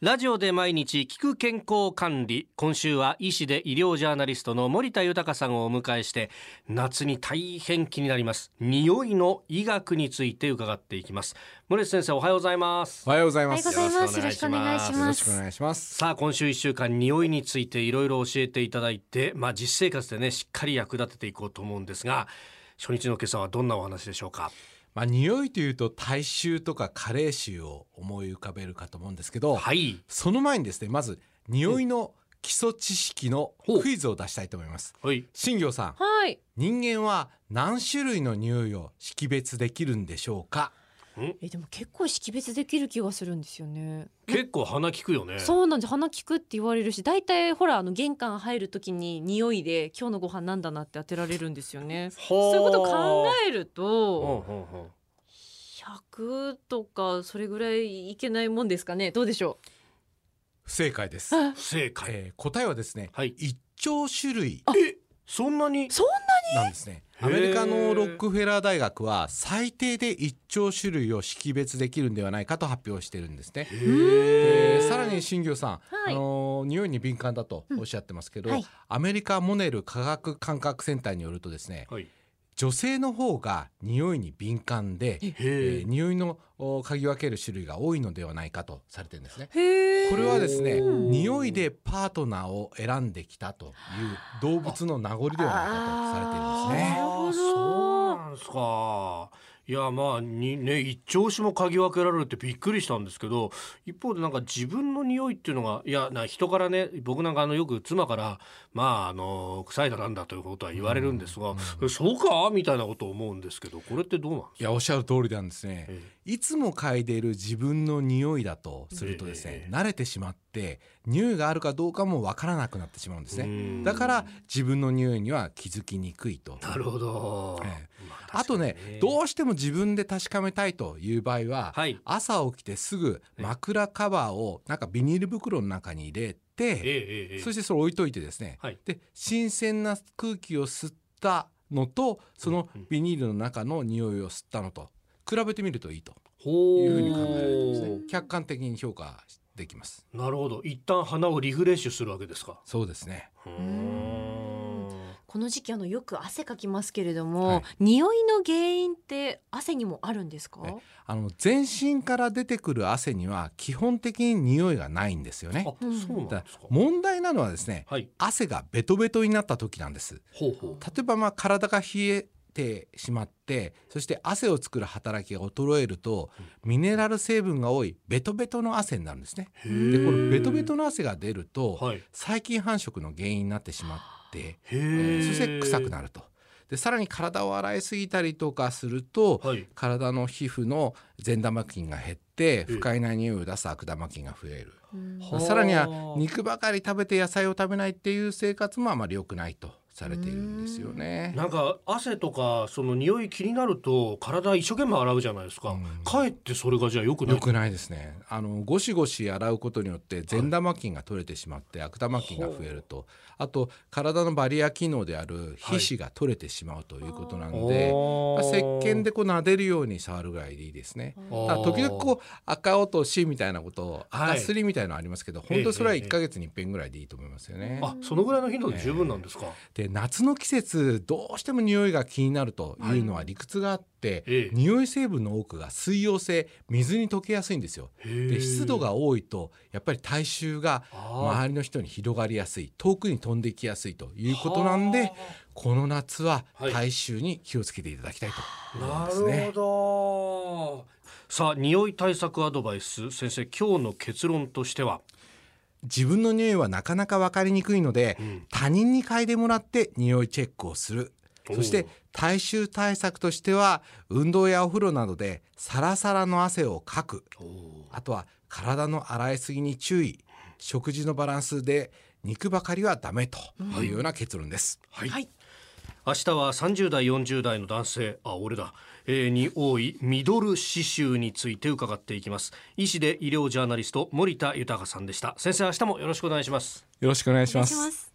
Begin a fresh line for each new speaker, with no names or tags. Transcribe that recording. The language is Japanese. ラジオで毎日聞く健康管理今週は医師で医療ジャーナリストの森田豊さんをお迎えして夏に大変気になります匂いの医学について伺っていきます森田先生おはようございます
おはようござい
おは
ま
よう
す。
ご
よ
ざいます。
よ
よ
ろ
ろ
しく
しく
お
お
願
願
い
い
し
し
ま
ま
ろしくお
す。
願いします。
さあ今週1週間匂いについていろいろ教えていただいてまあ実生活でねしっかり役立てていこうと思うんですが初日の今朝はどんなお話でしょうか
まあ匂いというと大臭とか加齢臭を思い浮かべるかと思うんですけど、
はい
その前にですねまず匂いの基礎知識のクイズを出したいと思います。
はい
新業さん、
はい。
人間は何種類の匂いを識別できるんでしょうか。
えでも結構識別できる気がするんですよね。
結構鼻効くよね
そうなんです。鼻聞くって言われるし、大体ほらあの玄関入るときに匂いで今日のご飯なんだなって当てられるんですよね。
ほ
そうういうことを考える
うん
と、
うんうん
100とかそれぐらいいけないもんですかね。どうでしょ
不正解 です。
う。
不正解
えー答えはですね、
はい
一兆種類
そんなに
そん
なんですね。
へー
アメリカのロックフェラー大学は最低で一兆種類を識別できるんではないかと発表してるんですね。
へ
え
ー
ーさらに新業さん、
はい
あのー匂いに敏感だとおっしゃってますけど、
うんはい
アメリカモネル科学感覚センターによるとですね
はい
女性の方が匂いに敏感で、え
へ
ー
え
匂いのお嗅ぎ分ける種類が多いのではないかとされてるんですね。
なへえ。
これはですね
うん
匂いでパートナーを選んできたという動物の名残ではないかとされてるんですね。
なるほど
そうなんですか。いやまあにね一聴子も嗅ぎ分けられるってびっくりしたんですけど一方でなんか自分の匂いっていうのがいやな人からね僕なんかあのよく妻からまああの臭いだなんだということは言われるんですが、そうかみたいなことを思うんですけどこれってどうなんです
いやおっしゃる通りなんですね。
え
いつも嗅いでいる自分の匂いだとするとです
え
ね、
え
慣れてしまって匂いがあるかどうかもわからなくなってしまうんです
か
ね。
ね
だから自分の匂いには気づきにくいと。
なるほど、
え
まあ
あとね
確かに
どうしても自分で確かめたいという場合は、
はい
朝起きてすぐ枕カバーをなんかビニール袋の中に入れ
ええ
て、
ええええ
そしてそれ置いといてですね、
はい
で新鮮な空気を吸ったのとそのビニールの中の匂いを吸ったのと比べてみるといいと。
ほ
いうふうに考えられてますね
う。
客観的に評価できます。
なるほど一旦鼻をリフレッシュするわけですか
そうですね。
うー
ん
ん
この時期あのよく汗かきますけれども、
はい
匂いの原因って汗にもあるんですか？
えあの全身から出てくる汗には基本的に匂いがないんですよね
あ。そうなん
ただ
ですか
問題なのはですね、
はい
汗がベトベトになった時なんです。
ほうほ
例えばまあ体が冷えてしまって、そして汗を作る働きが衰えると、ミネラル成分が多いベトベトの汗になるんですね。
う
で、このベトベトの汗が出ると、
はい
細菌繁殖の原因になってしまって、
へ
え
え
ーそして臭くなると。でさらに体を洗いすぎたりとかすると、
はい
体の皮膚の善玉菌が減って
え
不快な匂いを出す悪玉菌が増える、
うん
はあ
さらには肉ばかり食べて野菜を食べないっていう生活もあまり良くないとされているんですよね。
なんか汗とかその匂い気になると体一生懸命洗うじゃないですか、
うん
かえってそれがじゃあよくない
良くないですねあのゴシゴシ洗うことによって善玉菌が取れてしまって悪玉菌が増えるとあと体のバリア機能である皮脂が取れてしまうということなので、
お
まあ石
ー
鹸でこう撫でるように触るぐらいでいいですね。
あー
だから時々こう赤落としみたいなことを
はい
赤すりみたいなのありますけど、本当にそれは1ヶ月に一遍ぐらいでいいと思いますよね。
あそのぐらいの頻度で十分なんですか、
で夏の季節どうしても匂いが気になるというのは理屈があっ
え
て、
え
匂い成分の多くが水溶性水に溶けやすいんですよ。
へ
で
え
湿度が多いとやっぱり体臭が
あ
周りの人に広がりやすい遠くに飛んできやすいということなん
は
でこの夏は
はい
体臭に気をつけていただきたいと思うん
な
で
る
す
ほ
ね。
ど、さあ匂い対策アドバイス先生今日の結論としては
自分の匂いはなかなか分かりにくいので、
うん
他人に嗅いでもらって匂いチェックをする
おう
そして体臭対策としては運動やお風呂などでサラサラの汗をかくあとは体の洗いすぎに注意食事のバランスで肉ばかりはダメというような結論です、
はい
はい。
明日は30代40代の男性あ俺だ、えーに多いミドル刺繍について伺っていきます医師で医療ジャーナリスト森田豊さんでした先生明日もよろしくお願いします
よろしくお願い
お願いします。